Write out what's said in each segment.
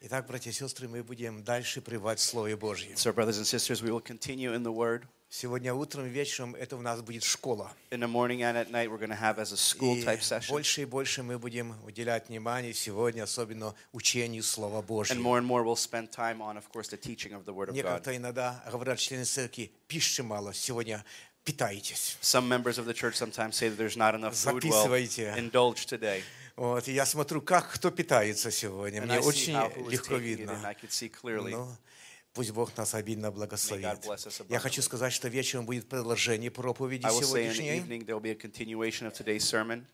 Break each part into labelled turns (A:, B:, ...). A: Итак, братья и сестры, мы будем дальше пребывать в Слове Божьем.
B: So, brothers and sisters, we will continue in the Word.
A: Сегодня утром и вечером это у нас будет школа.
B: In the morning and at night, we're going to have as a school
A: И
B: type session.
A: больше и больше мы будем уделять внимание сегодня, особенно учению Слова
B: And
A: Божьего.
B: more and more, we'll spend time on, of course, the teaching of the Word of
A: Мне
B: God.
A: как-то иногда говорят члены церкви, пищи мало, сегодня питайтесь.
B: Some members of the church sometimes say that there's not enough food. Well,
A: Записывайте.
B: indulge today.
A: Вот, и я смотрю, как кто питается сегодня.
B: And
A: Мне
B: I see
A: очень
B: how who is
A: легко
B: taking it, and I
A: видно.
B: could see clearly.
A: Ну, пусть Бог нас обильно благословит.
B: May God bless us
A: Я хочу
B: abundantly.
A: сказать, что вечером будет продолжение проповеди
B: I will say in the
A: сегодняшней.
B: evening there will be a continuation of today's sermon.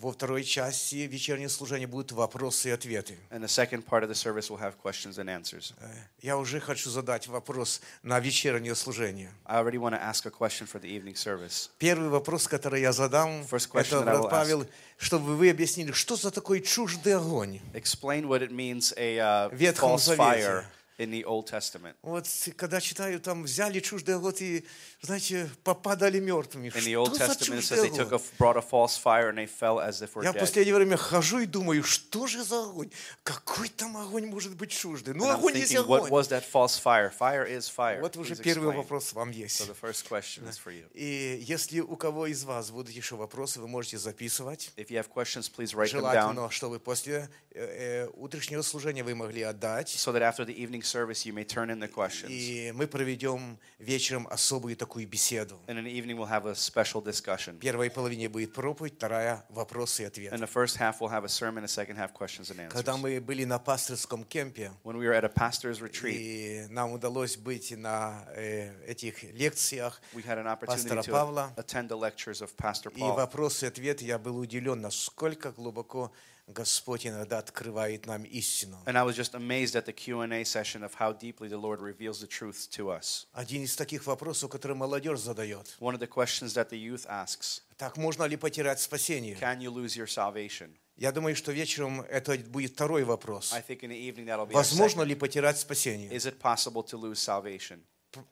A: Во второй части вечернего служения будут вопросы и ответы.
B: And the second part of the service will have questions and answers.
A: Э, Я уже хочу задать вопрос на вечернее служение.
B: I already want to ask a question for the evening service.
A: Первый вопрос, который я задам,
B: First question
A: это,
B: that I
A: брат
B: will ask.
A: Павел, чтобы вы объяснили, что за такой чуждый огонь?
B: Explain what it means a uh,
A: Ветхом
B: false
A: Завете.
B: fire in the Old Testament.
A: Вот когда читаю, там взяли чуждый огонь и, знаете, попадали мертвыми.
B: In the
A: Что
B: Old
A: за
B: Testament, it says they
A: чуждый
B: took a,
A: огонь?
B: brought a false fire and they fell as if we're
A: Я в
B: dead.
A: последнее время хожу и думаю, что же за огонь? Какой там огонь может быть чуждый? Ну,
B: And I'm
A: огонь есть
B: thinking, what
A: огонь.
B: was that false fire? Fire is fire.
A: Вот уже
B: Please
A: первый
B: explain.
A: вопрос вам
B: So
A: есть.
B: the first question is for you.
A: И если у кого из вас будут еще вопросы, вы можете записывать.
B: If you have questions, please write them down
A: Желательно, чтобы после э, э, утреннего служения вы могли отдать.
B: so that after the evening service you may turn in the questions.
A: И мы проведем вечером особую такую беседу.
B: And in the evening we'll have a special discussion.
A: В первой половине будет проповедь, вторая – вопросы и
B: In
A: ответы.
B: the first half, we'll have a sermon. The second half, questions and answers.
A: Когда мы были на пасторском кемпе,
B: When we were at a pastor's retreat,
A: и нам удалось быть на э, этих лекциях,
B: we had an opportunity
A: Пастора
B: to
A: Павла.
B: attend the lectures of Pastor
A: и
B: Paul.
A: вопросы и ответы, я был удивлен, насколько глубоко Господь иногда открывает нам истину.
B: And I was just amazed at the Q&A session of how deeply the Lord reveals the truth to us.
A: Один из таких вопросов, который молодежь задает.
B: One of the questions that the youth asks,
A: Так можно ли потерять спасение?
B: can you lose your salvation?
A: Я думаю, что вечером это будет второй вопрос.
B: I think in the evening that'll be our
A: Возможно
B: second.
A: ли потерять спасение?
B: Is it possible to lose salvation?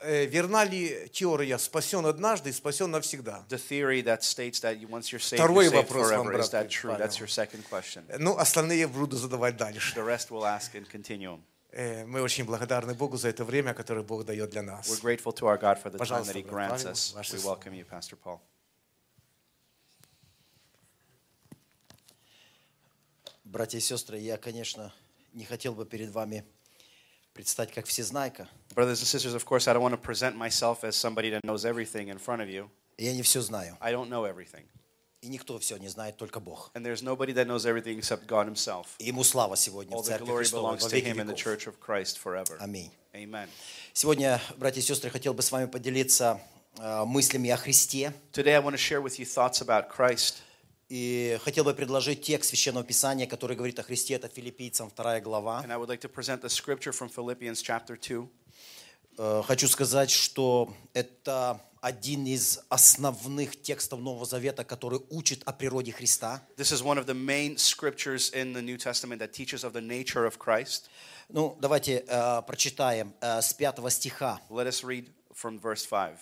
A: Э, Верна ли теория «спасен однажды, спасен навсегда»?
B: The theory that states that you- once you're saved,
A: Второй
B: you're saved
A: вопрос вам,
B: forever. Is
A: брат
B: that true?
A: Павел.
B: That's your second question.
A: Ну, остальные буду задавать дальше.
B: The rest we'll ask in continuum.
A: Э, Мы очень благодарны Богу за это время, которое Бог дает для
B: We're
A: нас.
B: grateful to our God for the time
A: Пожалуйста,
B: that He
A: брат
B: grants
A: Павел,
B: us.
A: ваше
B: We
A: слово.
B: welcome you, Pastor Paul.
C: Братья и сестры, я, конечно, не хотел бы перед вами предстать как всезнайка.
B: Brothers and sisters, of course, I don't want to present myself as somebody that knows everything in front of you.
C: Я не все знаю.
B: I don't know everything.
C: И никто все не знает, только Бог.
B: And there's nobody that knows everything except God Himself.
C: И Ему слава сегодня
B: All
C: в
B: the
C: Церкви
B: glory
C: Христовой
B: belongs
C: во
B: to
C: веки
B: Him and the
C: веков.
B: Church of Christ forever.
C: Аминь.
B: Amen.
C: Сегодня, братья и сестры, хотел бы с вами поделиться э, мыслями о Христе.
B: Today, I want to share with you thoughts about Christ.
C: И хотел бы предложить текст Священного Писания, который говорит о Христе. Это Филиппийцам 2 глава.
B: And I would like to present the scripture from Philippians chapter 2.
C: Э, Хочу сказать, что это один из основных текстов Нового Завета, который учит о природе Христа.
B: This is one of the main scriptures in the New Testament that teaches of the nature of Christ.
C: Ну, давайте э, прочитаем э, с 5 стиха.
B: Let us read from verse 5.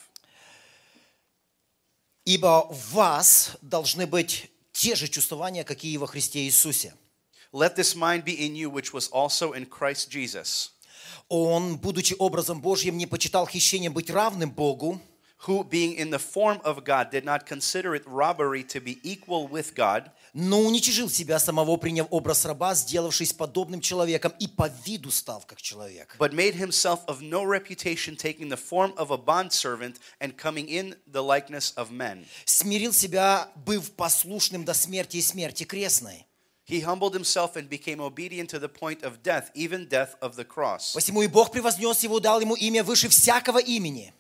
C: Ибо в вас должны быть те же чувствования, какие и во Христе Иисусе.
B: Let this mind be in you, which was also in Christ Jesus,
C: Он, будучи образом Божьим, не почитал хищение быть равным Богу,
B: who, being in the form of God, did not consider it robbery to be equal with God,
C: но уничижил себя самого, приняв образ раба, сделавшись подобным человеком и по виду став как человек.
B: but made himself of no reputation, taking the form of a bondservant and coming in the likeness of men.
C: Смирил себя, быв послушным до смерти и смерти крестной.
B: He humbled himself and became obedient to the point of death, even death of the cross.
C: Посему и Бог превознес его, дал ему имя выше всякого имени,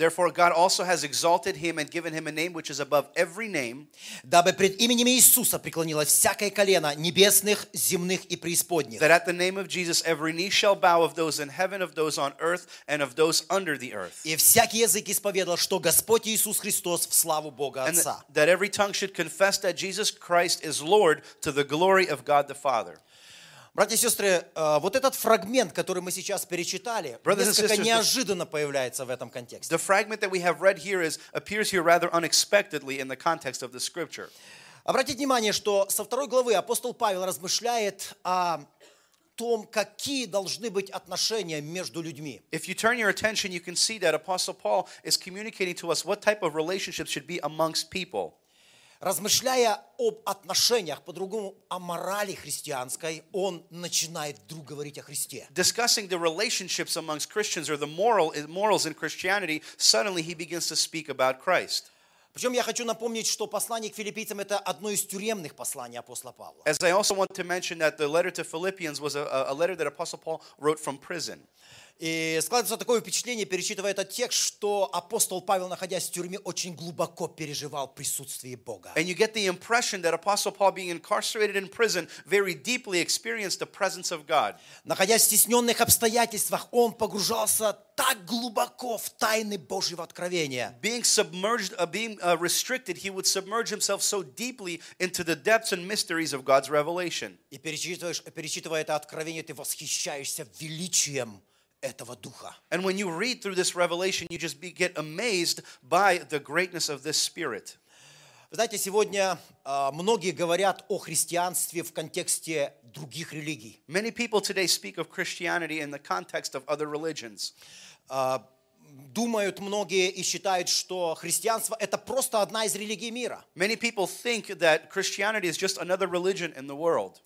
B: Therefore, God also has exalted him and given him a name which is above every name,
C: дабы пред именем Иисуса преклонилось всякое колено небесных, земных и преисподних.
B: that at the name of Jesus every knee shall bow of those in heaven, of those on earth, and of those under the earth.
C: И всякий язык исповедал, что Господь Иисус Христос в славу Бога
B: and
C: Отца.
B: that, that every tongue should confess that Jesus Christ is Lord to the glory of God the Father.
C: Братья и сестры, э, вот этот фрагмент, который мы сейчас перечитали,
B: Brothers and
C: несколько
B: sisters, the-
C: неожиданно появляется в этом контексте.
B: The fragment that we have read here is appears here rather unexpectedly in the context of the scripture.
C: Обратите внимание, что со второй главы апостол Павел размышляет о том, какие должны быть отношения между людьми.
B: If you turn your attention, you can see that Apostle Paul is communicating to us what type of relationships should be amongst people.
C: Размышляя об отношениях, по-другому о морали христианской, он начинает вдруг говорить о Христе.
B: Discussing the relationships amongst Christians or the moral morals in Christianity, suddenly he begins to speak about Christ.
C: Причем я хочу напомнить, что послание к филиппийцам – это одно из тюремных посланий апостола Павла.
B: As I also want to mention that the letter to Philippians was a- a, a letter that Apostle Paul wrote from prison.
C: И складывается такое впечатление, перечитывая этот текст, что апостол Павел, находясь в тюрьме, очень глубоко переживал присутствие Бога.
B: And you get the impression that Apostle Paul, being incarcerated in prison, very deeply experienced the presence of God.
C: Находясь в стесненных обстоятельствах, он погружался так глубоко в тайны Божьего откровения.
B: Being submerged, uh, being uh, restricted, he would submerge himself so deeply into the depths and mysteries of God's revelation.
C: И перечитываешь, перечитывая это откровение, ты восхищаешься величием этого духа.
B: And when you read through this revelation, you just be, get amazed by the greatness of this Spirit.
C: Вы знаете, сегодня а, многие говорят о христианстве в контексте других религий.
B: Many people today speak of Christianity in the context of other religions.
C: А, думают многие и считают, что христианство – это просто одна из религий мира.
B: Many people think that Christianity is just another religion in the world.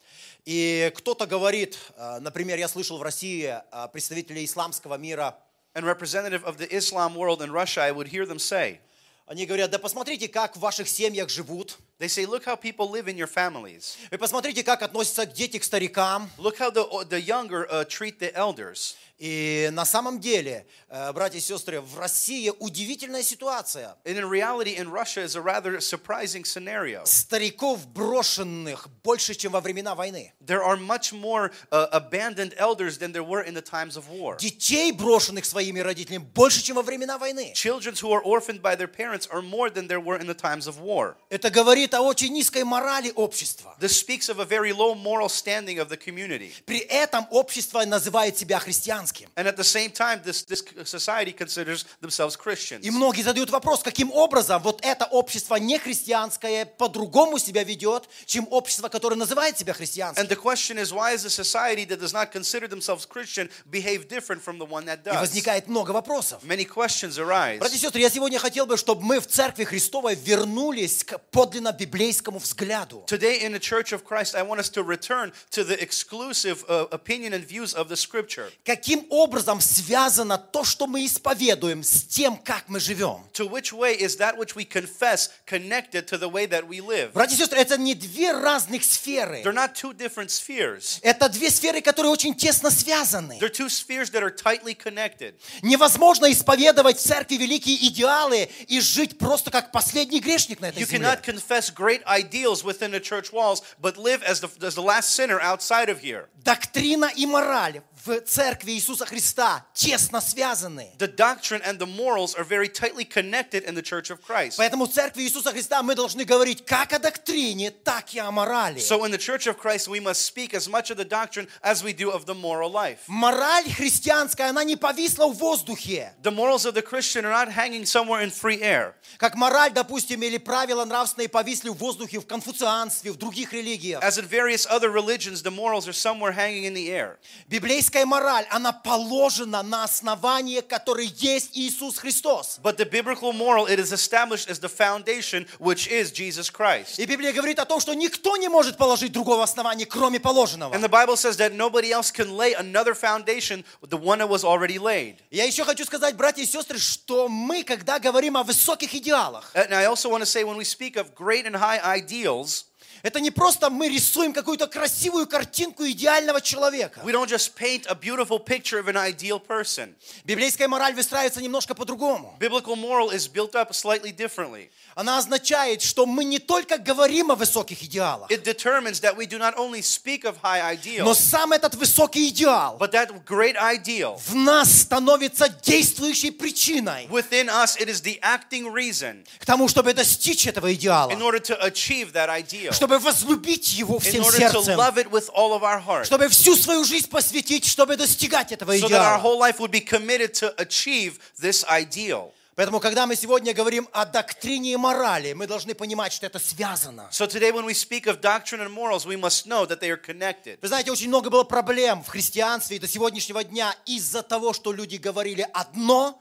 C: И кто-то говорит, а, например, я слышал в России а, представителей исламского мира,
B: And representative of the Islam world in Russia, I would hear them say,
C: они говорят, да посмотрите, как в ваших семьях живут,
B: They say, look how people live in your families.
C: вы посмотрите, как относятся к дети к старикам.
B: Look how the, the younger uh, treat the elders.
C: И на самом деле, э, братья и сестры, в России удивительная ситуация.
B: And in reality, in Russia, is a rather surprising scenario.
C: Стариков брошенных больше, чем во времена войны.
B: There are much more uh, abandoned elders than there were in the times of war.
C: Детей, брошенных своими родителями, больше, чем во времена войны.
B: Children who are orphaned by their parents are more than there were in the times of war.
C: Это говорит о очень низкой морали общества.
B: This speaks of a very low moral standing of the community.
C: При этом общество называет себя христианским.
B: And at the same time, this, this society considers themselves Christians.
C: И многие задают вопрос, каким образом вот это общество нехристианское по-другому себя ведет, чем общество, которое называет себя христианским.
B: And the question is, why is a society that does not consider themselves Christian behave different from the one that
C: И
B: does?
C: возникает много вопросов.
B: Many questions
C: Братья и
B: arise.
C: сестры, я сегодня хотел бы, чтобы мы в Церкви Христовой вернулись к подлинно библейскому взгляду.
B: Today, in the Church of Christ, I want us to return to the exclusive uh, opinion and views of the Scripture.
C: Каким образом связано то, что мы исповедуем, с тем, как мы живем?
B: To which way is that which we confess connected to the way that we live?
C: Братья и сестры, это не две разных сферы.
B: They're not two different spheres.
C: Это две сферы, которые очень тесно связаны.
B: They're two spheres that are tightly connected.
C: Невозможно исповедовать в церкви великие идеалы и жить просто как последний грешник на этой
B: You
C: земле.
B: cannot confess great ideals within the church walls, but live as the, as the last sinner outside of here.
C: Доктрина и мораль в церкви Иисуса Христа тесно связаны.
B: The doctrine and the morals are very tightly connected in the church of Christ.
C: Поэтому в церкви Иисуса Христа мы должны говорить как о доктрине, так и о морали.
B: So, in the church of Christ, we must speak as much of the doctrine as we do of the moral life.
C: Мораль христианская, она не повисла в воздухе,
B: The morals of the Christian are not hanging somewhere in free air.
C: как мораль, допустим, или правила нравственные повисли в воздухе в конфуцианстве, в других религиях.
B: As in various other religions, the morals are somewhere hanging in the air.
C: Библейская мораль, она положена на основании, которое есть Иисус Христос.
B: But the biblical moral, it is established as the foundation, which is Jesus Christ.
C: И Библия говорит о том, что никто не может положить другого основания, кроме положенного.
B: And the Bible says that nobody else can lay another foundation, with the one that was already laid.
C: Я еще хочу сказать, братья и сестры, что мы, когда говорим о высоких идеалах,
B: And I also want to say, when we speak of great and high ideals,
C: это не просто мы рисуем какую-то красивую картинку идеального человека.
B: we don't just paint a beautiful picture of an ideal person.
C: Библейская мораль выстраивается немножко по-другому.
B: Biblical moral is built up slightly differently.
C: Она означает, что мы не только говорим о высоких идеалах,
B: It determines that we do not only speak of high
C: но
B: ideals,
C: сам этот высокий идеал
B: but that great ideal.
C: в нас становится действующей причиной
B: Within us, it is the acting reason
C: к тому, чтобы достичь этого идеала,
B: in order to achieve that ideal,
C: чтобы возлюбить его
B: in
C: всем
B: order to
C: сердцем,
B: love it with all of our heart, so
C: чтобы всю свою жизнь посвятить, чтобы достигать этого
B: that our
C: идеала.
B: whole life would be committed to achieve this ideal.
C: Поэтому, когда мы сегодня говорим о доктрине и морали, мы должны понимать, что это связано.
B: So today, when we speak of doctrine and morals, we must know that they are connected.
C: Вы знаете, очень много было проблем в христианстве и до сегодняшнего дня из-за того, что люди говорили одно,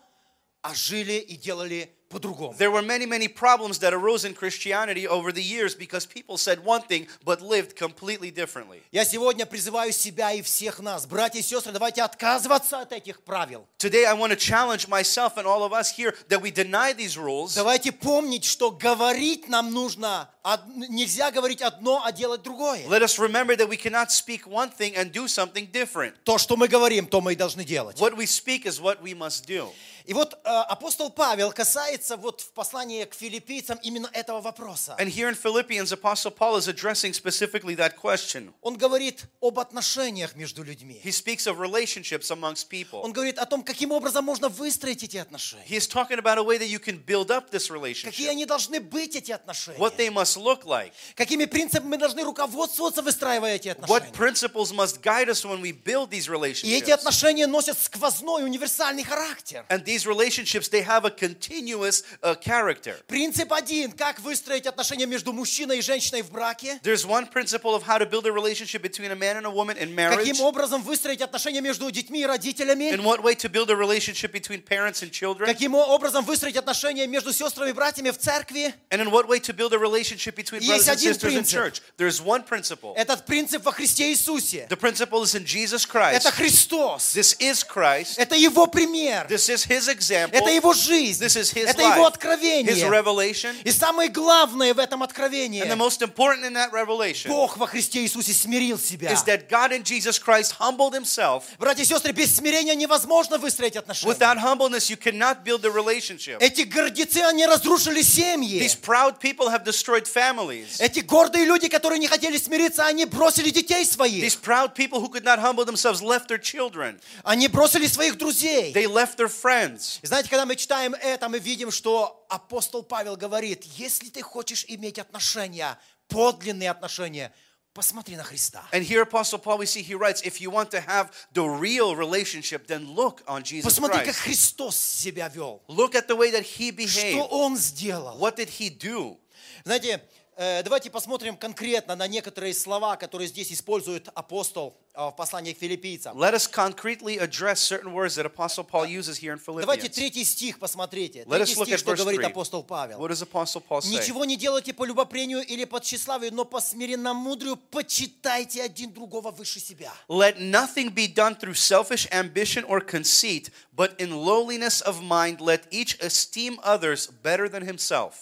C: а жили и делали по-другому.
B: There were many, many problems that arose in Christianity over the years because people said one thing but lived completely differently.
C: Я сегодня призываю себя и всех нас, братья и сестры, давайте отказываться от этих правил.
B: Today, I want to challenge myself and all of us here that we deny these rules.
C: Давайте помнить, что говорить нам нужно, од- нельзя говорить одно, а делать другое.
B: Let us remember that we cannot speak one thing and do something different.
C: То, что мы говорим, то мы и должны делать.
B: What we speak is what we must do.
C: И вот э, апостол Павел касается вот в послании к филиппийцам именно этого вопроса.
B: And here in Philippians, Apostle Paul is addressing specifically that question.
C: Он говорит об отношениях между людьми.
B: He speaks of relationships amongst people.
C: Он говорит о том, каким образом можно выстроить эти отношения.
B: He is talking about a way that you can build up this
C: Какие
B: relationship,
C: они должны быть, эти отношения.
B: what they must look like,
C: Какими принципами мы должны руководствоваться, выстраивая эти
B: what
C: отношения.
B: principles must guide us when we build these
C: И эти
B: relationships.
C: отношения носят сквозной, универсальный характер.
B: And these relationships, they have a continuous uh, character.
C: Принцип один. Как выстроить отношения между мужчиной и женщиной в браке?
B: There's one principle of how to build a relationship between a man and a woman in marriage,
C: Каким образом выстроить отношения между детьми и родителями?
B: in what way to build a relationship between parents and children,
C: Каким образом выстроить отношения между сестрами и братьями в церкви?
B: and in what way to build a relationship between brothers
C: Есть
B: and
C: один
B: sisters in
C: принцип.
B: church. There's one principle.
C: Этот принцип во Христе Иисусе.
B: The principle is in Jesus
C: Это
B: Christ.
C: Христос.
B: This is Christ.
C: Это Его пример.
B: This is His example.
C: Это Его жизнь.
B: This is His
C: Это
B: life.
C: Его
B: His
C: откровение.
B: revelation.
C: И самое главное в этом
B: And the
C: откровении.
B: most important in that revelation
C: Бог во Христе Иисусе смирил себя.
B: is that God in Jesus Christ humbled Himself.
C: Братья и сестры, без смирения невозможно выстроить отношения.
B: Without humbleness, you cannot build a relationship.
C: Эти гордецы, они разрушили семьи.
B: These proud people have destroyed families.
C: Эти гордые люди, которые не хотели смириться, они бросили детей своих.
B: These proud people who could not humble themselves left their children.
C: Они бросили своих друзей.
B: They left their friends.
C: И Знаете, когда мы читаем это, мы видим, что апостол Павел говорит, если ты хочешь иметь отношения, подлинные отношения, посмотри на Христа.
B: And here, Apostle Paul, we see he writes, if you want to have the real relationship, then look on Jesus
C: Посмотри, как
B: Christ.
C: Христос себя вел.
B: Look at the way that he
C: Что
B: behaved.
C: Он сделал.
B: What did he do?
C: Знаете, э, давайте посмотрим конкретно на некоторые слова, которые здесь использует апостол э, в послании к филиппийцам.
B: Let us concretely address certain words that Apostle Paul uses here in
C: Давайте
B: Philippians.
C: третий стих посмотрите.
B: Let us
C: Третий
B: look
C: стих,
B: at
C: что
B: verse
C: говорит
B: 3.
C: апостол Павел.
B: What does Apostle Paul say?
C: Ничего не делайте по любопрению или по тщеславию, но по смиренномудрию почитайте один другого выше себя.
B: Let nothing be done through selfish ambition or conceit, but in lowliness of mind, let each esteem others better than himself.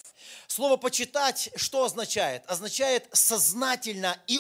C: Слово «почитать» что означает? Означает сознательно и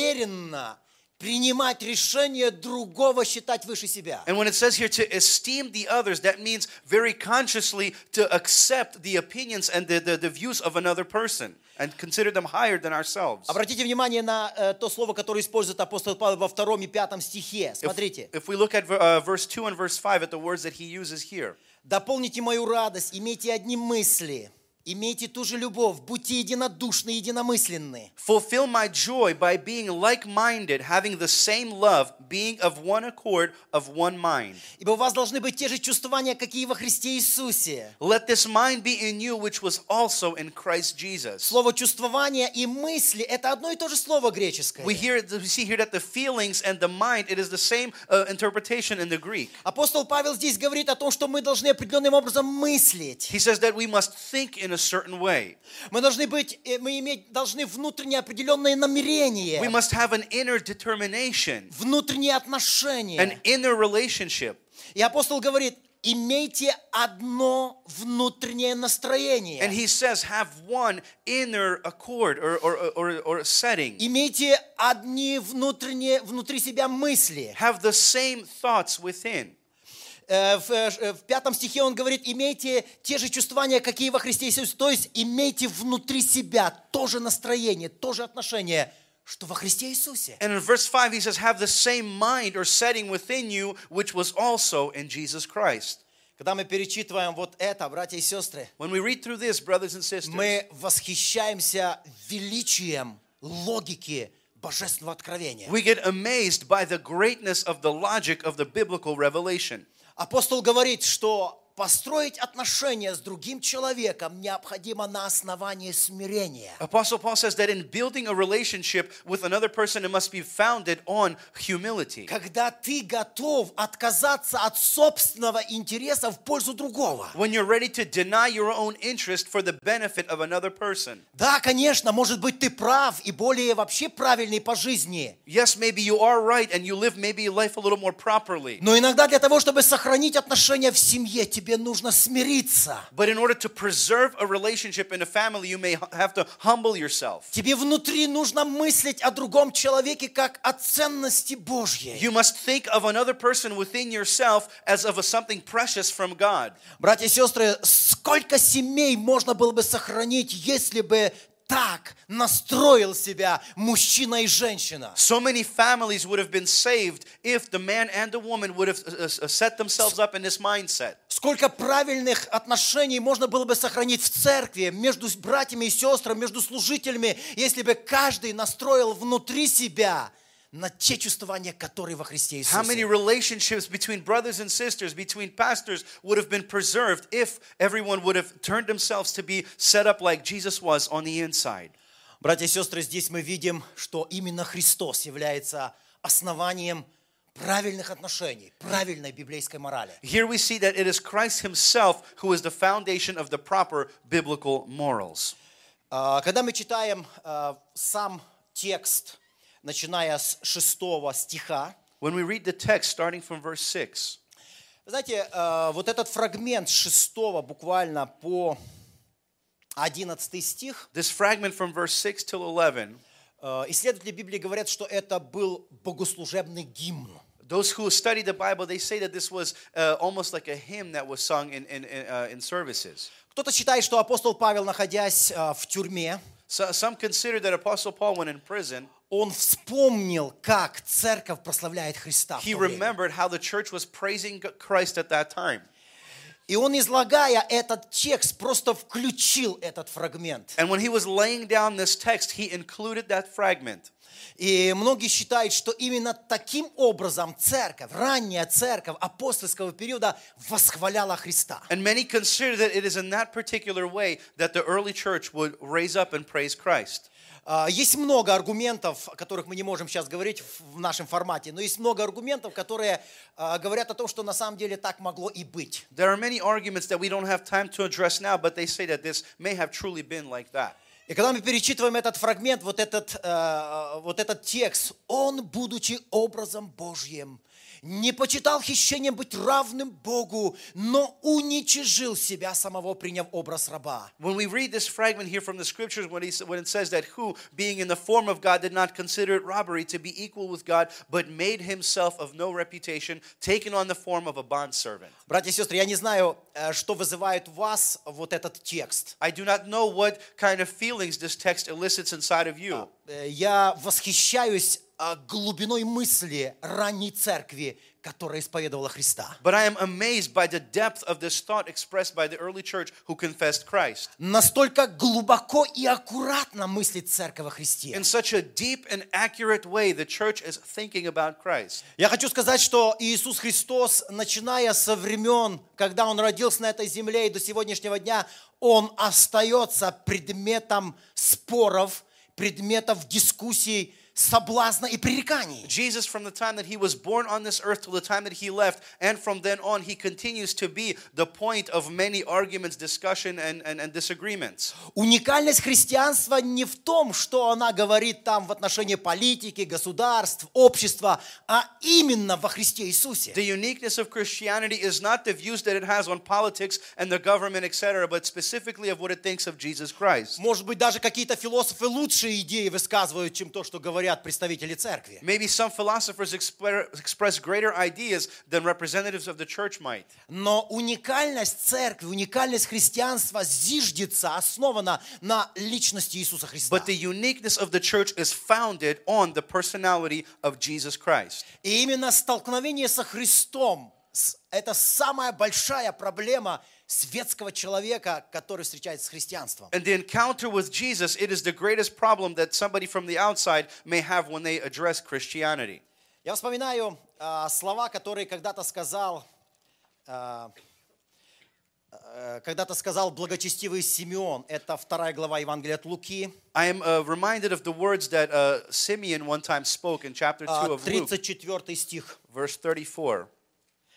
C: уверенно принимать решение другого считать выше себя.
B: And when it says here to esteem the others, that means very consciously to accept the opinions and the, the, the views of another person and consider them higher than ourselves.
C: Обратите внимание на э, то слово, которое использует апостол Павел во втором и пятом стихе.
B: If,
C: Смотрите.
B: if we look at ver- uh, verse 2 and verse 5 at the words that he uses here,
C: «Дополните мою радость, имейте одни мысли, имейте ту же любовь, будьте единодушны, единомысленны».
B: fulfill my joy by being like minded, having the same love, being of one accord, of one mind.
C: Ибо у вас должны быть те же чувствования, какие во Христе Иисусе.
B: Let this mind be in you, which was also in Christ Jesus.
C: Слово «чувствование» и «мысли» — это одно и то же слово греческое.
B: We hear, we see here that the feelings and the mind, it is the same uh, interpretation in the Greek.
C: Апостол Павел здесь говорит о том, что мы должны определенным образом мыслить.
B: He says that we must think in a certain way.
C: Мы должны быть, э, мы иметь, должны внутренне определенные
B: We
C: намерения,
B: must have an inner determination,
C: внутренние отношения.
B: an inner relationship.
C: И апостол говорит, имейте одно внутреннее настроение.
B: And he says, have one inner accord or, or, or, or setting.
C: Имейте одни внутренние, внутри себя мысли.
B: Have the same thoughts within.
C: Э, В, э, ш- э, в пятом стихе он говорит, имейте те же чувствования, какие во Христе Иисусе. То есть имейте внутри себя то же настроение, то же отношение, что во Христе Иисусе.
B: And in verse 5, he says, have the same mind or setting within you, which was also in Jesus Christ.
C: Когда мы перечитываем вот это, братья и сестры,
B: When we read through this, brothers and sisters,
C: мы восхищаемся величием логики божественного откровения.
B: we get amazed by the greatness of the logic of the biblical revelation.
C: Апостол говорит, что построить отношения с другим человеком необходимо на основании смирения.
B: Apostle Paul says that in building a relationship with another person, it must be founded on humility.
C: Когда ты готов отказаться от собственного интереса в пользу другого.
B: When you're ready to deny your own interest for the benefit of another person.
C: Да, конечно, может быть, ты прав и более вообще правильный по жизни.
B: Yes, maybe you are right and you live maybe life a little more properly.
C: Но иногда для того, чтобы сохранить отношения в семье, тебе нужно смириться.
B: But in order to preserve a relationship in a family, you may hu- have to humble yourself.
C: Тебе внутри нужно мыслить о другом человеке как о ценности Божьей.
B: You must think of another person within yourself as of a something precious from God.
C: Братья и сестры, сколько семей можно было бы сохранить, если бы так настроил себя мужчина и женщина?
B: So many families would have been saved if the man and the woman would have uh, uh, set themselves up in this mindset.
C: Сколько правильных отношений можно было бы сохранить в церкви, между с- братьями и сестрами, между служителями, если бы каждый настроил внутри себя на те чувствования, которые во Христе
B: How many
C: Иисусе.
B: relationships between brothers and sisters, between pastors, would have been preserved if everyone would have turned themselves to be set up like Jesus was on the inside?
C: Братья и сестры, здесь мы видим, что именно Христос является основанием правильных отношений, правильной библейской морали.
B: Here we see that it is Christ Himself who is the foundation of the proper biblical morals.
C: А, Когда мы читаем а, сам текст, начиная с 6 стиха,
B: When we read the text starting from verse 6,
C: Вы знаете, э, вот этот фрагмент с 6 буквально по 11 стих,
B: this fragment from verse 6 till 11,
C: э, исследователи Библии говорят, что это был богослужебный гимн.
B: those who study the Bible, they say that this was uh, almost like a hymn that was sung in, in, in, uh, in services.
C: Кто-то считает, что апостол Павел, находясь э, в тюрьме,
B: So, some consider that Apostle Paul, when in prison,
C: он вспомнил, как церковь прославляет Христа. в
B: he
C: то время.
B: remembered how the church was praising G- Christ at that time.
C: И он, излагая этот текст, просто включил этот фрагмент.
B: And when he was laying down this text, he included that fragment.
C: И многие считают, что именно таким образом церковь, ранняя церковь апостольского периода восхваляла Христа.
B: And many consider that it is in that particular way that the early church would raise up and praise Christ.
C: А, Есть много аргументов, о которых мы не можем сейчас говорить в в нашем формате, но есть много аргументов, которые а, говорят о том, что на самом деле так могло и быть.
B: There are many arguments that we don't have time to address now, but they say that this may have truly been like that.
C: И когда мы перечитываем этот фрагмент, вот этот, э, вот этот текст, он, будучи образом Божьим, не почитал хищением быть равным Богу, но уничижил себя самого, приняв образ раба.
B: When we read this fragment here from the scriptures, when, he, when it says that who, being in the form of God, did not consider it robbery to be equal with God, but made himself of no reputation, taking on the form of a bondservant.
C: Братья и сестры, я не знаю, э, что вызывает у вас вот этот текст.
B: I do not know what kind of feelings this text elicits inside of you.
C: Э, Я восхищаюсь а, глубиной мысли ранней церкви, которая исповедовала Христа.
B: But I am amazed by the depth of this thought expressed by the early church who confessed Christ.
C: Настолько глубоко и аккуратно мыслит церковь во Христе.
B: In such a deep and accurate way, the church is thinking about Christ.
C: Я хочу сказать, что Иисус Христос, начиная со времен, когда Он родился на этой земле и до сегодняшнего дня, Он остается предметом споров, предметов дискуссий, соблазна и пререканий.
B: Jesus, from the time that he was born on this earth till the time that he left, and from then on, he continues to be the point of many arguments, discussion, and, and, and disagreements.
C: Уникальность христианства не в том, что она говорит там в отношении политики, государств, общества, а именно во Христе Иисусе.
B: The uniqueness of Christianity is not the views that it has on politics and the government, etc., but specifically of what it thinks of Jesus Christ.
C: Может быть, даже какие-то философы лучшие идеи высказывают, чем то, что говорят представители церкви.
B: Maybe some philosophers expre- express greater ideas than representatives of the church might.
C: Но уникальность церкви, уникальность христианства зиждется, основана на личности Иисуса Христа.
B: But the uniqueness of the church is founded on the personality of Jesus Christ.
C: И именно столкновение со Христом с- это самая большая проблема светского человека, который встречается с христианством.
B: And the encounter with Jesus, it is the greatest problem that somebody from the outside may have when they address Christianity.
C: Я вспоминаю а, слова, которые когда-то сказал а, э, когда-то сказал благочестивый Симеон, это вторая глава Евангелия от Луки,
B: I am uh, reminded of the words that uh, Simeon one time spoke in chapter 2
C: а,
B: of Luke,
C: 34 стих.
B: verse 34.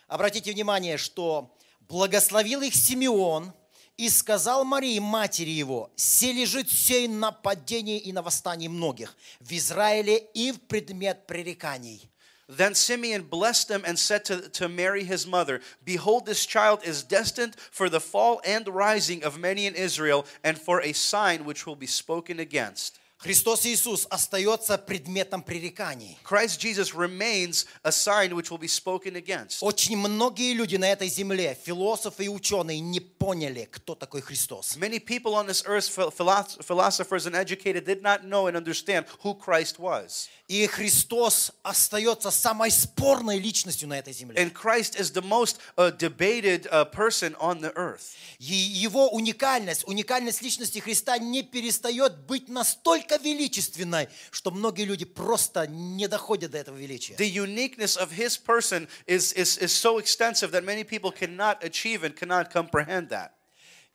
C: Обратите внимание, что благословил их Симеон и сказал Марии, матери его, «Се лежит сей нападение и на восстании многих в Израиле и в предмет пререканий».
B: Then Simeon blessed them and said to, to Mary his mother, Behold, this child is destined for the fall and rising of many in Israel, and for a sign which will be spoken against.
C: Христос Иисус остается предметом пререканий.
B: Christ Jesus remains a sign which will be spoken against.
C: Очень многие люди на этой земле, философы и ученые, не поняли, кто такой Христос.
B: Many people on this earth, phil- philos- philosophers and educated, did not know and understand who Christ was.
C: И Христос остается самой спорной личностью на этой земле.
B: And Christ is the most uh, debated uh, person on the earth.
C: И его уникальность, уникальность личности Христа не перестает быть настолько величественной, что многие люди просто не доходят до этого величия.
B: The uniqueness of his person is, is, is so extensive that many people cannot achieve and cannot comprehend that.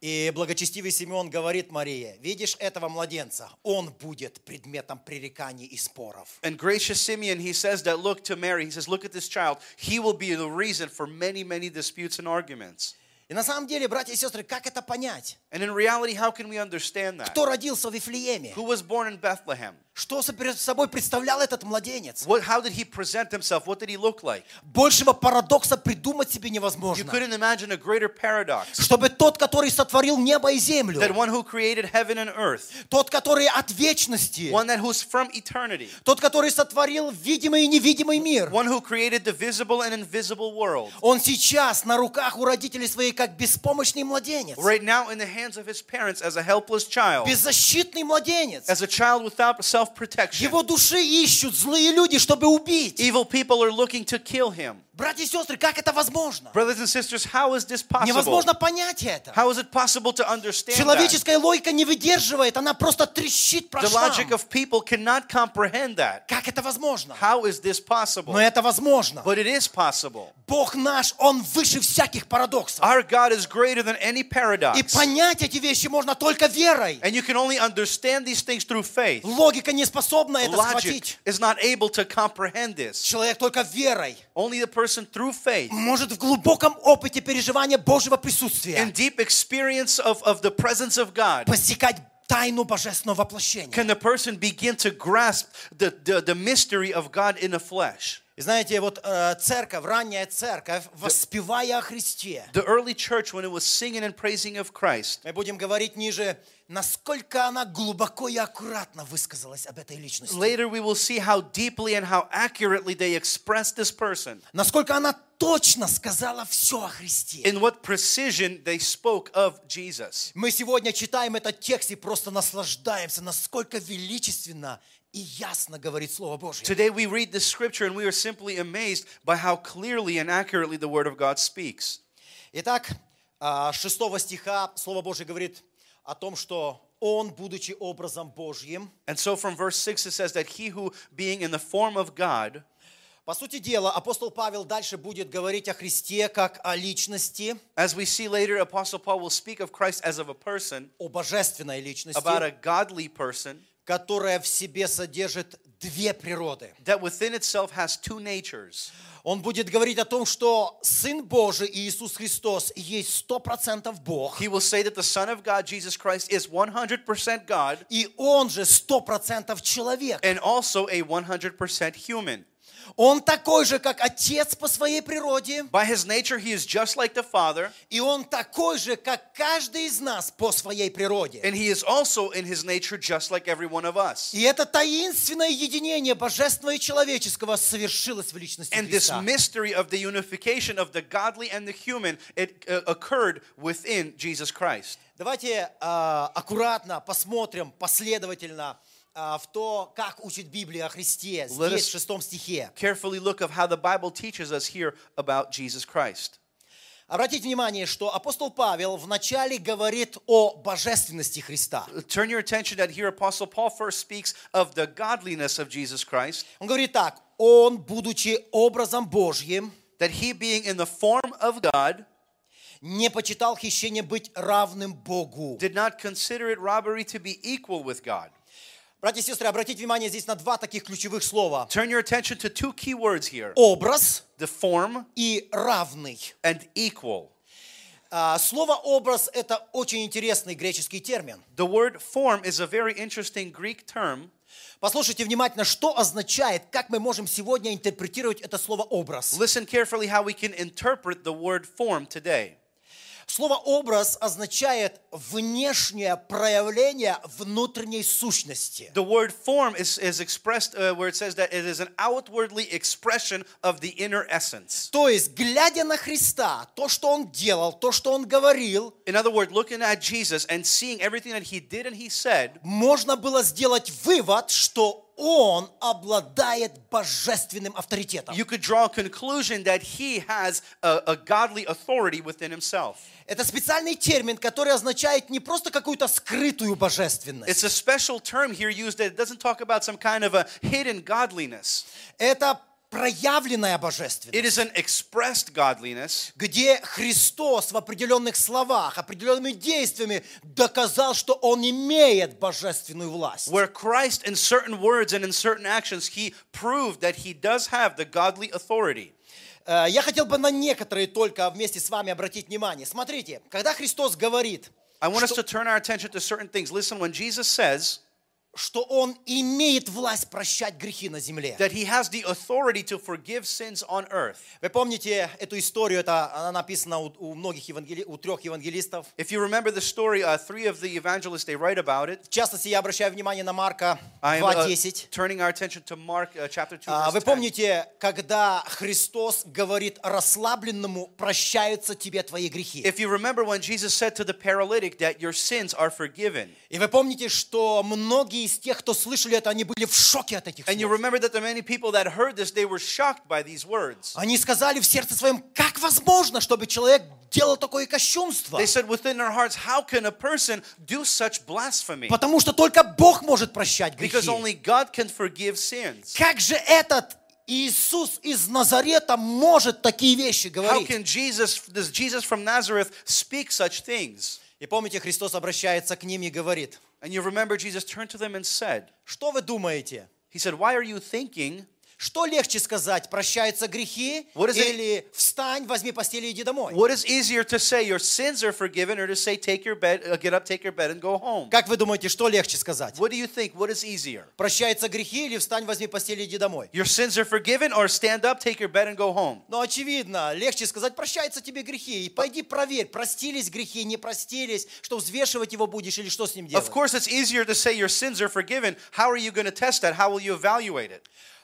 C: И благочестивый Симеон говорит Мария, видишь этого младенца, он будет предметом пререканий и споров.
B: And gracious Simeon, he says that, look to Mary, he says, look at this child. He will be the reason for many, many disputes and arguments.
C: И на самом деле, братья и сестры, как это понять?
B: And in reality, how can we understand that?
C: Кто родился в Вифлееме?
B: Who was born in Bethlehem?
C: Что собер- собой представлял этот младенец?
B: What, how did he present himself? What did he look like?
C: Большего парадокса придумать себе
B: You
C: невозможно.
B: couldn't imagine a greater paradox
C: Чтобы тот, который сотворил небо и
B: that
C: землю,
B: one who created heaven and earth,
C: тот, который от вечности,
B: one that who's from eternity,
C: Тот, который сотворил видимый и невидимый мир.
B: one who created the visible and invisible world,
C: Он сейчас на руках у родителей своих как беспомощный младенец.
B: right now in the hands of his parents as a helpless child,
C: Беззащитный младенец.
B: as a child without self protection.
C: Его души ищут злые люди, чтобы убить.
B: Evil people are looking to kill him.
C: Братья и сестры, как это возможно?
B: Brothers and sisters, how is this possible?
C: Невозможно понять это.
B: How is it possible to understand that?
C: Человеческая логика не выдерживает, она просто трещит по
B: The logic
C: швам.
B: of people cannot comprehend that.
C: Как это возможно?
B: How is this
C: Но
B: possible?
C: это возможно.
B: But it is possible.
C: Бог наш, Он выше всяких парадоксов.
B: Our God is greater than any
C: И
B: paradox.
C: понять эти вещи можно только верой.
B: And you can only understand these things through faith.
C: Логика не способна это схватить.
B: Logic is not able to comprehend this.
C: Человек только верой
B: Only the person through faith,
C: может в глубоком опыте переживания Божьего присутствия
B: in deep experience of, of the presence of God,
C: постигать тайну божественного воплощения.
B: can the person begin to grasp the, the, the mystery of God in the flesh.
C: И знаете, вот э, церковь, ранняя церковь, воспевая о Христе,
B: The early church, when it was singing and praising of Christ,
C: мы будем говорить ниже, насколько она глубоко и аккуратно высказалась об этой личности.
B: later we will see how deeply and how accurately they expressed this person,
C: Насколько она точно сказала все о Христе.
B: in what precision they spoke of Jesus.
C: Мы сегодня читаем этот текст и просто наслаждаемся, насколько величественно и ясно говорит Слово Божье.
B: Today we read this scripture and we are simply amazed by how clearly and accurately the Word of God speaks.
C: Итак, а, с 6 стиха Слово Божье говорит о том, что Он, будучи образом Божьим,
B: And so from verse 6 it says that he who being in the form of God,
C: по сути дела, апостол Павел дальше будет говорить о Христе как о личности,
B: as we see later, Apostle Paul will speak of Christ as of a person,
C: о божественной личности,
B: about a godly person
C: которая в себе содержит две природы.
B: that within itself has two natures.
C: Он будет говорить о том, что Сын Божий Иисус Христос есть сто процентов Бог,
B: He will say that the Son of God, Jesus Christ, is 100% God
C: и Он же сто процентов человек.
B: and also a 100% human.
C: Он такой же, как Отец по своей природе,
B: By his nature, he is just like the Father,
C: И он такой же, как каждый из нас по своей природе.
B: and he is also in his nature just like every one of us.
C: И это таинственное единение божественного и человеческого совершилось в личности
B: And this
C: Христа.
B: mystery of the unification of the godly and the human, it uh, occurred within Jesus Christ.
C: Давайте а, аккуратно посмотрим последовательно а, в то, как учит Библия о Христе
B: Let
C: здесь,
B: us-
C: в шестом стихе.
B: Carefully look of how the Bible teaches us here about Jesus Christ.
C: Обратите внимание, что апостол Павел вначале говорит о божественности Христа.
B: Turn your attention that here Apostle Paul first speaks of the godliness of Jesus Christ,
C: Он говорит так, «Он, будучи образом Божьим,
B: that he being in the form of God,
C: не почитал хищение быть равным Богу.
B: did not consider it robbery to be equal with God.
C: Братья и сестры, обратите внимание здесь на два таких ключевых слова.
B: Turn your attention to two key words here
C: Образ
B: the form
C: и равный.
B: and equal.
C: А, Слово образ – это очень интересный греческий термин.
B: The word form is a very interesting Greek term.
C: Послушайте внимательно, что означает, как мы можем сегодня интерпретировать это слово образ.
B: Listen carefully how we can interpret the word form today.
C: Слово образ означает внешнее проявление внутренней сущности.
B: The word form is, is expressed uh, where it says that it is an outwardly expression of the inner essence.
C: То есть, глядя на Христа, то, что Он делал, то, что Он говорил,
B: In other words, looking at Jesus and seeing everything that he did and he said,
C: можно было сделать вывод, что Он обладает божественным авторитетом.
B: you could draw a conclusion that he has a, a godly authority within himself.
C: Это специальный термин, который означает не просто какую-то скрытую божественность.
B: It's a special term here used that doesn't talk about some kind of a hidden godliness.
C: Это проявленная божественность.
B: It is an expressed godliness
C: где Христос в определенных словах, определенными действиями доказал, что Он имеет божественную власть.
B: where Christ, in certain words and in certain actions, he proved that he does have the godly authority.
C: Э, Я хотел бы на некоторые только вместе с вами обратить внимание. Смотрите, когда Христос говорит,
B: I want us to turn our attention to certain things. Listen, when Jesus says
C: что Он имеет власть прощать грехи на земле.
B: that he has the authority to forgive sins on earth,
C: Вы помните эту историю, это, она написана у, у многих евангели... у трех евангелистов.
B: if you remember the story, uh, three of the evangelists they write about it.
C: В частности, я обращаю внимание на Марка
B: I am uh,
C: 2.10.
B: turning our attention to Mark uh, chapter two.
C: А,
B: verse
C: Вы
B: 10.
C: помните, когда Христос говорит расслабленному, прощаются тебе твои грехи.
B: If you remember when Jesus said to the paralytic that your sins are forgiven,
C: И вы помните, что многие из тех, кто слышали это, они были в шоке от этих
B: and you
C: слов.
B: remember that the many people that heard this they were shocked by these words.
C: Они сказали в сердце своем, как возможно, чтобы человек делал такое кощунство?
B: They said within their hearts, how can a person do such blasphemy?
C: Потому что только Бог может прощать грехи.
B: Because only God can forgive sins.
C: Как же этот Иисус из Назарета может такие вещи
B: How
C: говорить?
B: can Jesus, this Jesus from Nazareth, speak such things?
C: И помните, Христос обращается к ним и говорит,
B: And you remember Jesus turned to them and said,
C: что вы думаете?
B: He said, Why are you thinking?
C: Что легче сказать, прощаются грехи
B: What is it-
C: или встань, возьми постель и иди домой?
B: What is easier to say, your sins are forgiven, or to say, take your bed, uh, get up, take your bed, and go home?
C: Как вы думаете, что легче сказать?
B: What do you think? What is easier?
C: Прощаются грехи или встань, возьми постель и иди домой?
B: Your sins are forgiven, or stand up, take your bed, and go home?
C: Но очевидно, легче сказать, прощаются тебе грехи. И пойди проверь, простились грехи, не простились, что взвешивать его будешь или что с ним делать.
B: Of course, it's easier to say your sins are forgiven. How are you going to test that? How will you evaluate it?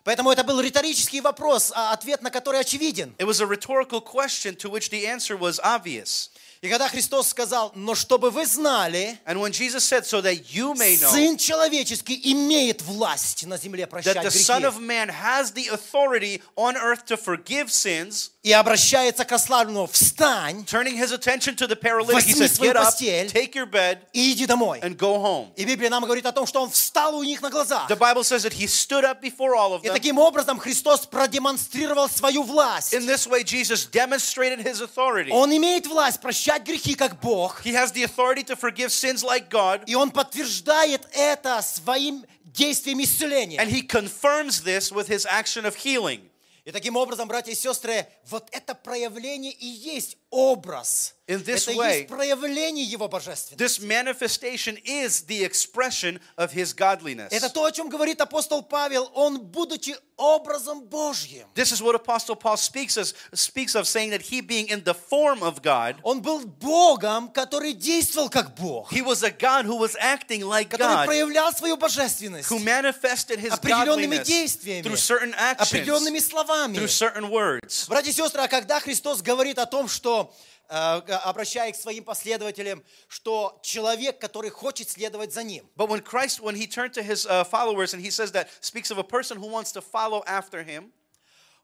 C: Поэтому это был риторический вопрос, а ответ на который очевиден.
B: It was a rhetorical question to which the answer was obvious.
C: И когда Христос сказал, но чтобы вы знали,
B: And when Jesus said, so that you may know
C: Сын Человеческий имеет власть на земле прощать
B: that the Son of
C: грехи.
B: Man has the authority on earth to forgive sins,
C: И обращается к расслабленному, встань
B: turning his attention to the paralytic, he
C: Возьми
B: said,
C: свою
B: Get up,
C: постель
B: take your bed,
C: и иди домой.
B: and go home.
C: И Библия нам говорит о том, что он встал у них на глазах.
B: The Bible says that he stood up before all of
C: И
B: them.
C: таким образом Христос продемонстрировал свою власть.
B: In this way, Jesus demonstrated his authority.
C: Он имеет власть прощать грехи, как Бог.
B: He has the authority to forgive sins like God,
C: И он подтверждает это своим действием
B: and
C: исцеления.
B: he confirms this with his action of healing.
C: И таким образом, братья и сестры, вот это проявление и есть образ.
B: In this
C: это и
B: way-
C: есть проявление Его божественности.
B: This manifestation is the expression of his godliness.
C: Это то, о чем говорит апостол Павел. Он, будучи образом Божьим,
B: This is what Apostle Paul speaks, as, speaks of, saying that he being in the form of God,
C: он был Богом, который действовал как Бог,
B: he was a God who was acting like
C: который
B: God,
C: проявлял свою божественность
B: who manifested his
C: определенными
B: godliness
C: действиями,
B: through certain
C: определенными
B: actions,
C: словами.
B: through certain words.
C: Братья и сестры, а когда Христос говорит о том, что, э, обращаясь к своим последователям, что человек, который хочет следовать за ним,
B: But when Christ, when he turned to his uh, followers and he says that, speaks of a person who wants to follow after him,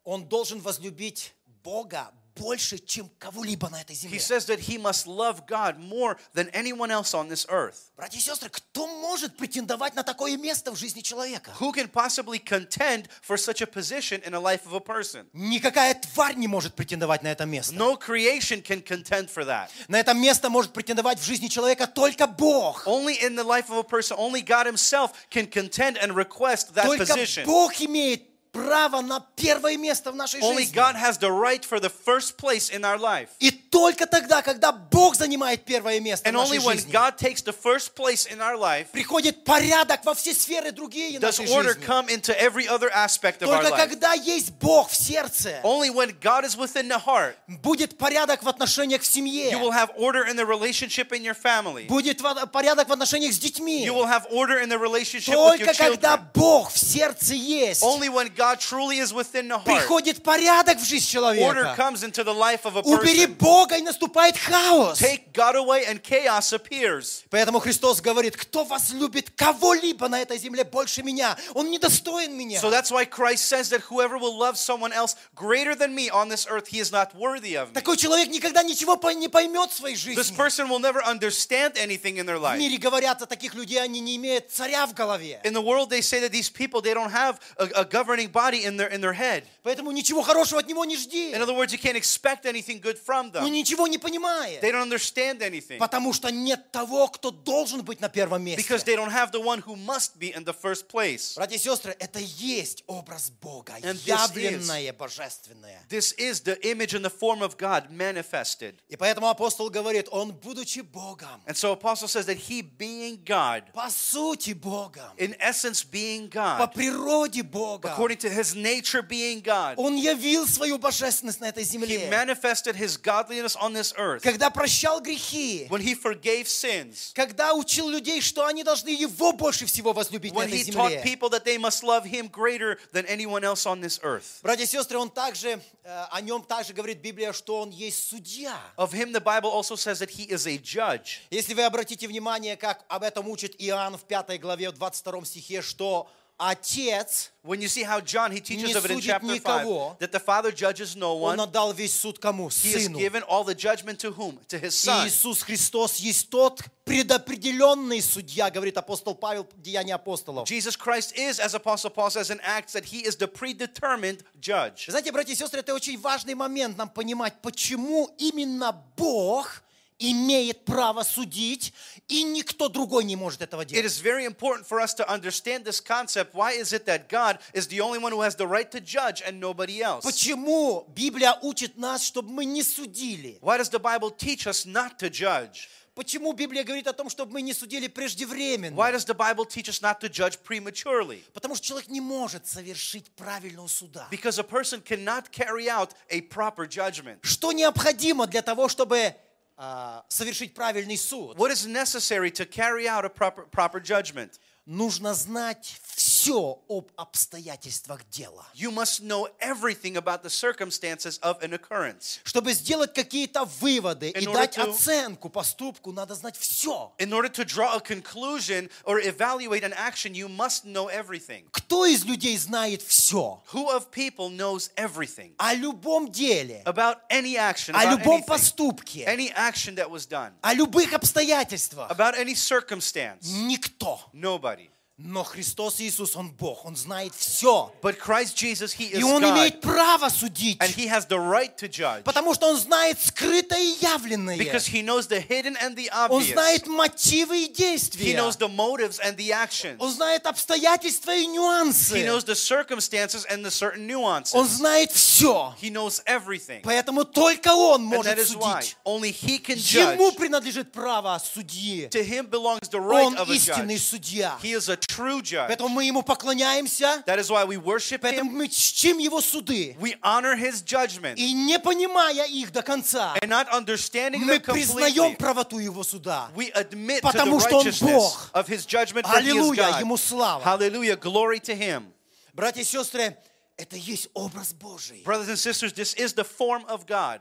C: он должен возлюбить Бога больше, чем кого-либо на этой
B: He
C: земле.
B: says that he must love God more than anyone else on this earth.
C: Братья и сестры, кто может претендовать на такое место в жизни человека?
B: Who can possibly contend for such a position in a life of a person?
C: Никакая тварь не может претендовать на это место.
B: No creation can contend for that.
C: На это место может претендовать в жизни человека только Бог.
B: Only in the life of a person, only God Himself can contend and request that
C: Только
B: position.
C: Бог имеет право на первое место в нашей
B: Only
C: жизни.
B: God has the right for the first place in our life.
C: И только тогда, когда Бог занимает первое место
B: And
C: в нашей
B: only when
C: жизни,
B: God takes the first place in our life
C: приходит порядок во все сферы другие
B: does
C: нашей
B: order
C: жизни.
B: come into every other aspect of our
C: Только
B: life.
C: когда есть Бог в сердце,
B: Only when God is within the heart,
C: будет порядок в отношениях в семье,
B: you will have order in the relationship in your family.
C: будет во- порядок в отношениях с детьми.
B: You will have order in the relationship with your
C: Только когда
B: children.
C: Бог в сердце есть,
B: Only when God truly is within the heart,
C: приходит порядок в жизнь
B: order
C: человека.
B: comes into the life of a
C: Убери
B: person.
C: Бога, и наступает хаос.
B: Take God away and chaos appears.
C: Поэтому Христос говорит, кто вас любит кого-либо на этой земле больше меня, он недостоин меня.
B: So that's why Christ says that whoever will love someone else greater than me on this earth, he is not worthy of me.
C: Такой человек никогда ничего по- не поймет в своей
B: This
C: жизни.
B: person will never understand anything in their
C: В
B: life.
C: мире говорят о таких людей, они не имеют царя в голове.
B: In the world, they say that these people they don't have a, a governing body in their in their head.
C: Поэтому ничего хорошего от него не жди.
B: In other words, you can't expect anything good from
C: Он
B: them.
C: ничего не понимает.
B: They don't understand anything
C: Потому что нет того, кто должен быть на первом
B: because
C: месте.
B: they don't have the one who must be in the first place.
C: Братья и сестры, это и есть образ Бога,
B: And this
C: явленное, божественное.
B: This is the image and the form of God manifested.
C: И поэтому апостол говорит, он, будучи Богом,
B: And so apostle says that he being God,
C: по сути Богом,
B: in essence being
C: по
B: God,
C: природе Бога,
B: according to his nature being God,
C: он явил свою божественность на этой
B: He
C: земле.
B: manifested his godliness on this earth
C: Когда прощал грехи,
B: when he forgave sins,
C: когда учил людей, что они должны его больше всего возлюбить на
B: when
C: этой
B: he taught
C: земле.
B: people that they must love him greater than anyone else on this earth.
C: Братья и сестры, он также, э, о нем также говорит Библия, что он есть судья.
B: Of him, the Bible also says that he is a judge.
C: Если вы обратите внимание, как об этом учит Иоанн в 5 главе, в 22 стихе, что Отец,
B: When you see how John, he teaches
C: Не
B: of it in
C: судит
B: chapter 5,
C: никого.
B: that the Father judges no
C: Он
B: one.
C: отдал весь суд кому?
B: He has
C: Сыну. И
B: given all the judgment to whom? To his son.
C: Иисус Христос есть тот предопределенный судья, говорит апостол Павел, Деяния апостолов.
B: Jesus Christ is, as Apostle Paul says in Acts, that he is the predetermined judge.
C: Знаете, братья и сестры, это очень важный момент нам понимать, почему именно Бог имеет право судить, и никто другой не может этого
B: It
C: делать.
B: is very important for us to understand this concept. Why is it that God is the only one who has the right to judge and nobody else?
C: Почему Библия учит нас, чтобы мы не судили?
B: Why does the Bible teach us not to judge?
C: Почему Библия говорит о том, чтобы мы не судили
B: Why
C: преждевременно?
B: does the Bible teach us not to judge prematurely?
C: Потому что человек не может совершить правильного суда.
B: Because a person cannot carry out a proper judgment.
C: Что необходимо для того, чтобы а, совершить правильный суд?
B: What is necessary to carry out a proper, proper judgment?
C: Нужно знать все об обстоятельствах дела.
B: You must know everything about the circumstances of an occurrence.
C: Чтобы сделать какие-то выводы и
B: In order
C: дать
B: to-
C: оценку поступку, надо знать все.
B: In order to draw a conclusion or evaluate an action, you must know everything.
C: Кто из людей знает все?
B: Who of people knows everything?
C: О любом деле,
B: about any action,
C: о
B: about
C: любом
B: anything,
C: поступке,
B: any action that was done,
C: о любых обстоятельствах.
B: about any
C: Mm.
B: circumstance.
C: Никто.
B: Nobody.
C: Но Христос Иисус, Он Бог, Он знает все.
B: But Christ Jesus, He is
C: И Он
B: God,
C: имеет право судить,
B: and He has the right to judge
C: потому что Он знает скрытое и явленное.
B: because He knows the hidden and the
C: Он
B: obvious.
C: знает мотивы и
B: He
C: действия.
B: knows the motives and the actions.
C: Он знает обстоятельства и
B: He
C: нюансы.
B: knows the circumstances and the certain
C: Он
B: nuances.
C: знает все.
B: He knows everything.
C: Поэтому только Он
B: And that
C: может
B: is why
C: судить.
B: only He can judge.
C: Ему принадлежит право судьи.
B: To Him belongs the right
C: Он
B: of a
C: истинный
B: judge.
C: судья.
B: He is a true judge.
C: Поэтому мы Ему поклоняемся,
B: That is why we worship
C: поэтому
B: Him.
C: мы чтим Его суды.
B: We honor His judgment.
C: И не понимая их до конца,
B: and not understanding
C: мы
B: them
C: признаем
B: completely,
C: правоту Его суда.
B: we admit
C: Потому
B: to
C: что
B: the
C: он
B: righteousness
C: Бог.
B: of His judgment for He is
C: Аллилуйя,
B: God.
C: Ему слава.
B: Hallelujah, glory to Him.
C: Братья и сестры, это и есть образ Божий.
B: Brothers and sisters, this is the form of God.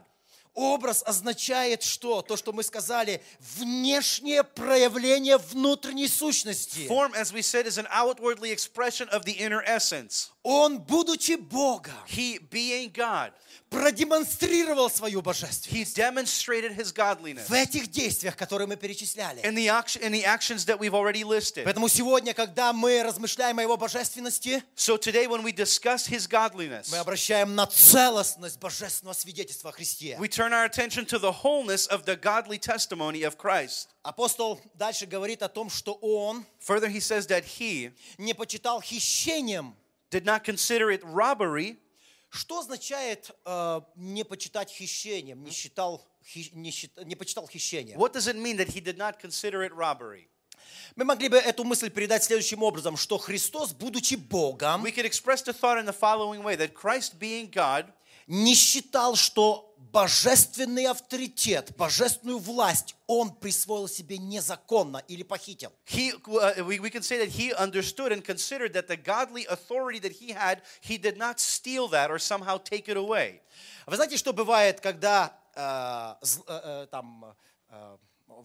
C: Образ означает что? То, что мы сказали, внешнее проявление внутренней сущности.
B: Form, as we said, is an outwardly expression of the inner essence.
C: Он, будучи Богом,
B: He being God
C: продемонстрировал свою божественность.
B: He demonstrated his godliness
C: В этих действиях, которые мы перечисляли.
B: in the, action, in the actions that we've already listed.
C: Поэтому сегодня, когда мы размышляем о Его божественности,
B: So today, when we discuss his godliness,
C: мы обращаем на целостность божественного свидетельства о Христе.
B: we turn our attention to the wholeness of the godly testimony of Christ.
C: Апостол дальше говорит о том, что он
B: Further, he says that he
C: не почитал хищением.
B: did not consider it robbery.
C: Что означает э, не почитать хищением, не, считал, хи- не, счит- не почитал хищением?
B: What does it mean that he did not consider it robbery?
C: Мы могли бы эту мысль передать следующим образом, что Христос, будучи Богом,
B: We could express the thought in the following way that Christ, being God,
C: не считал, что божественный авторитет, божественную власть он присвоил себе незаконно или похитил.
B: he, uh, we, we can say that he understood and considered that the godly authority that he had, he did not steal that or somehow take it away.
C: Вы знаете, что бывает, когда э, зл- э, э, там э,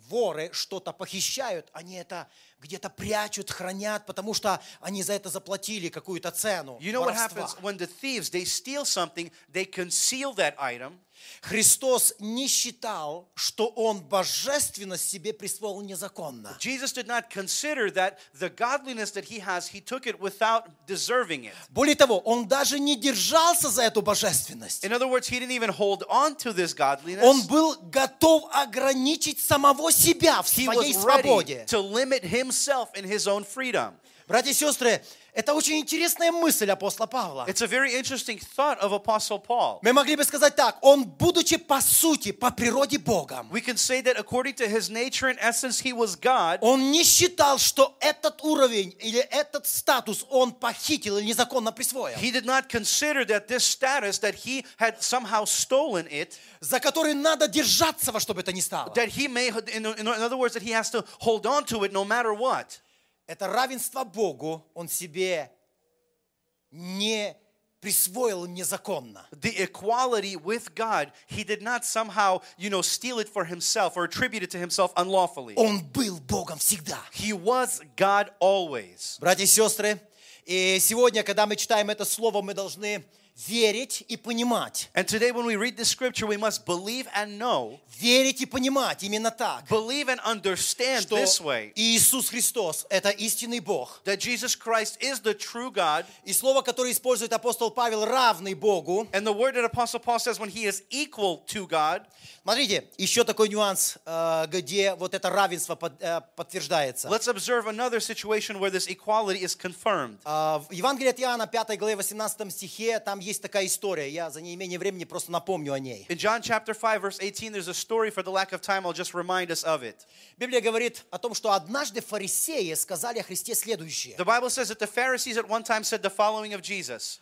C: воры что-то похищают, они это где-то прячут, хранят, потому что они за это заплатили какую-то цену.
B: You know what
C: воровства.
B: happens when the thieves they steal something, they conceal that item.
C: Христос не считал, что он божественность себе присвоил незаконно.
B: Jesus did not consider that the godliness that he has, he took it without deserving it.
C: Более того, он даже не держался за эту божественность.
B: In other words, he didn't even hold on to this godliness.
C: Он был готов ограничить самого себя в
B: he
C: своей
B: was ready
C: свободе.
B: to limit himself in his own freedom.
C: Братья и сестры, это очень интересная мысль апостола Павла.
B: It's a very interesting thought of Apostle Paul.
C: Мы могли бы сказать так, он, будучи по сути, по природе Богом,
B: We can say that according to his nature and essence, he was God.
C: он не считал, что этот уровень или этот статус он похитил или незаконно присвоил,
B: He did not consider that this status that he had somehow stolen it,
C: за который надо держаться во что бы это ни стало.
B: that he may, in, in other words, that he has to hold on to it no matter what.
C: Это равенство Богу он себе не присвоил незаконно.
B: The equality with God, he did not somehow, you know, steal it for himself or attribute it to himself unlawfully.
C: Он был Богом всегда.
B: He was God always.
C: Братья и сестры, и сегодня, когда мы читаем это слово, мы должны верить и понимать.
B: And today, when we read this scripture, we must believe and know,
C: Верить и понимать именно так,
B: believe and understand
C: что
B: this way
C: Иисус Христос – это истинный Бог.
B: that Jesus Christ is the true God.
C: И слово, которое использует апостол Павел, равный Богу.
B: And the word that Apostle Paul says when he is equal to God,
C: Смотрите, еще такой нюанс, э, где вот это равенство под- э, подтверждается.
B: let's observe another situation where this equality is confirmed.
C: А, В Евангелии от Иоанна, 5 главе, 18 стихе, там есть такая история. Я за неимение времени просто напомню о ней.
B: In John chapter 5, verse 18, there's a story. For the lack of time, I'll just remind us of it.
C: Библия говорит о том, что однажды фарисеи сказали о Христе следующее.
B: The Bible says that the Pharisees at one time said the following of Jesus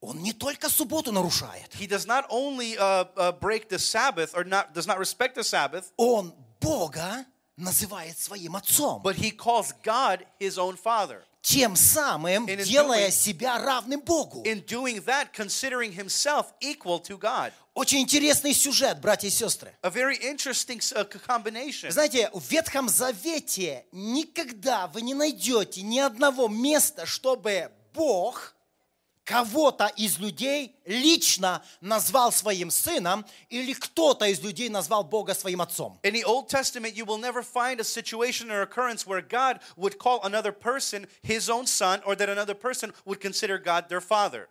C: Он не только субботу нарушает,
B: He does not only uh, uh, break the Sabbath or not, does not respect the Sabbath,
C: он Бога называет своим отцом,
B: but he calls God his own Father.
C: тем самым
B: And in
C: делая
B: doing-
C: себя равным Богу.
B: In doing that, considering himself equal to God.
C: Очень интересный сюжет, братья и сестры.
B: A very interesting uh, c- combination.
C: Вы знаете, в Ветхом Завете никогда вы не найдете ни одного места, чтобы Бог кого-то из людей лично назвал своим сыном или кто-то из людей назвал Бога своим отцом.
B: In the Old Testament, you will never find a situation or occurrence where God would call another person his own son or that another person would consider God their father.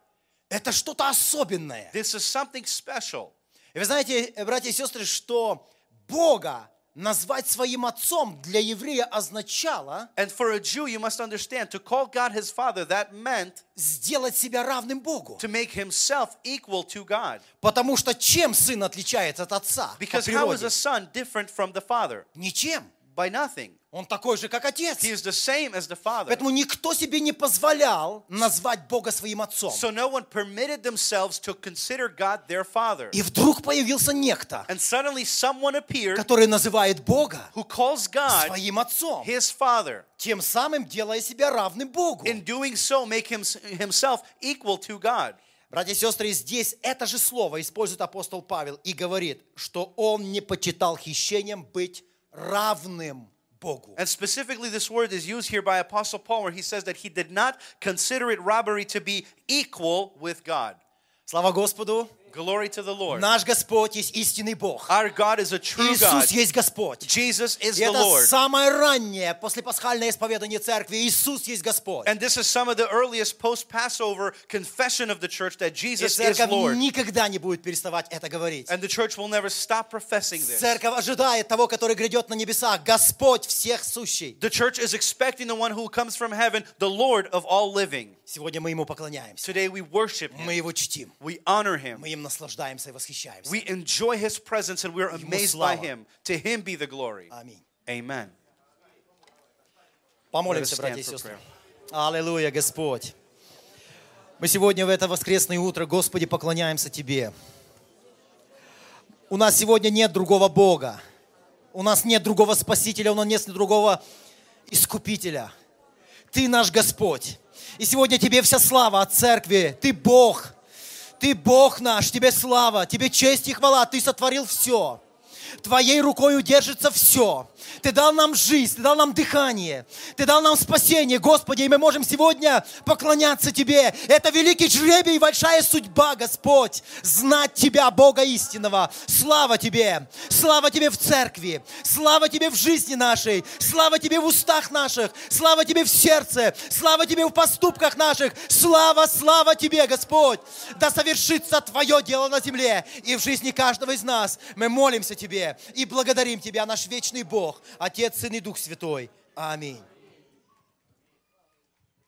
C: Это что-то особенное.
B: This is something special.
C: И вы знаете, э, братья и сестры, что Бога назвать своим отцом для еврея означало
B: And for a Jew, you must understand to call God his father, that meant
C: сделать себя равным Богу.
B: to make himself equal to God.
C: Потому что чем сын отличается от отца? По
B: Because how is
C: природе?
B: a son different from the father?
C: Ничем.
B: By nothing.
C: Он такой же, как отец.
B: He is the same as the father.
C: Поэтому никто себе не позволял назвать Бога своим отцом.
B: So no one permitted themselves to consider God their father.
C: И вдруг появился некто,
B: And suddenly someone appeared
C: который называет Бога
B: who calls God
C: своим отцом,
B: his father.
C: тем самым делая себя равным Богу.
B: in doing so make him, himself equal to God.
C: Братья и сестры, здесь это же слово использует апостол Павел и говорит, что он не почитал хищением быть равным Богу.
B: And specifically, this word is used here by Apostle Paul, where he says that he did not consider it robbery to be equal with God.
C: Слава Господу!
B: Glory to the Lord.
C: Наш Господь есть истинный Бог.
B: Our God is a true God.
C: Иисус есть Господь.
B: Jesus is
C: И
B: the
C: это
B: Lord.
C: самое раннее после пасхальное исповедание церкви. Иисус есть Господь.
B: And this is some of the earliest post Passover confession of the church that
C: И
B: Jesus is
C: церковь
B: Lord.
C: никогда не будет переставать это говорить.
B: And the church will never stop professing this.
C: Церковь ожидает того, который грядет на небесах. Господь всех сущий.
B: The church is expecting the one who comes from heaven, the Lord of all living.
C: Сегодня мы Ему поклоняемся.
B: Today we worship
C: Мы
B: him,
C: Его чтим.
B: we honor him,
C: Мы им наслаждаемся и восхищаемся.
B: we enjoy his presence, and we're amazed by
C: слава.
B: him. To him be the glory.
C: Аминь.
B: Amen. Let
C: Помолимся,
B: us
C: братья и
B: stand for
C: сестры.
B: prayer.
C: Аллилуйя, Господь. Мы сегодня в это воскресное утро, Господи, поклоняемся Тебе. У нас сегодня нет другого Бога. У нас нет другого Спасителя, у нас нет другого Искупителя. Ты наш Господь. И сегодня Тебе вся слава от церкви. Ты Бог. Ты Бог наш, Тебе слава, Тебе честь и хвала. Ты сотворил все. Твоей рукой удержится все. Ты дал нам жизнь, ты дал нам дыхание, ты дал нам спасение, Господи, и мы можем сегодня поклоняться Тебе. Это великий жребий и большая судьба, Господь, знать Тебя, Бога истинного. Слава Тебе, слава Тебе в церкви, слава Тебе в жизни нашей, слава Тебе в устах наших, слава Тебе в сердце, слава Тебе в поступках наших, слава, слава Тебе, Господь. Да совершится Твое дело на земле и в жизни каждого из нас. Мы молимся Тебе и благодарим Тебя, наш вечный Бог, Отец, Сын и Дух Святой. Аминь.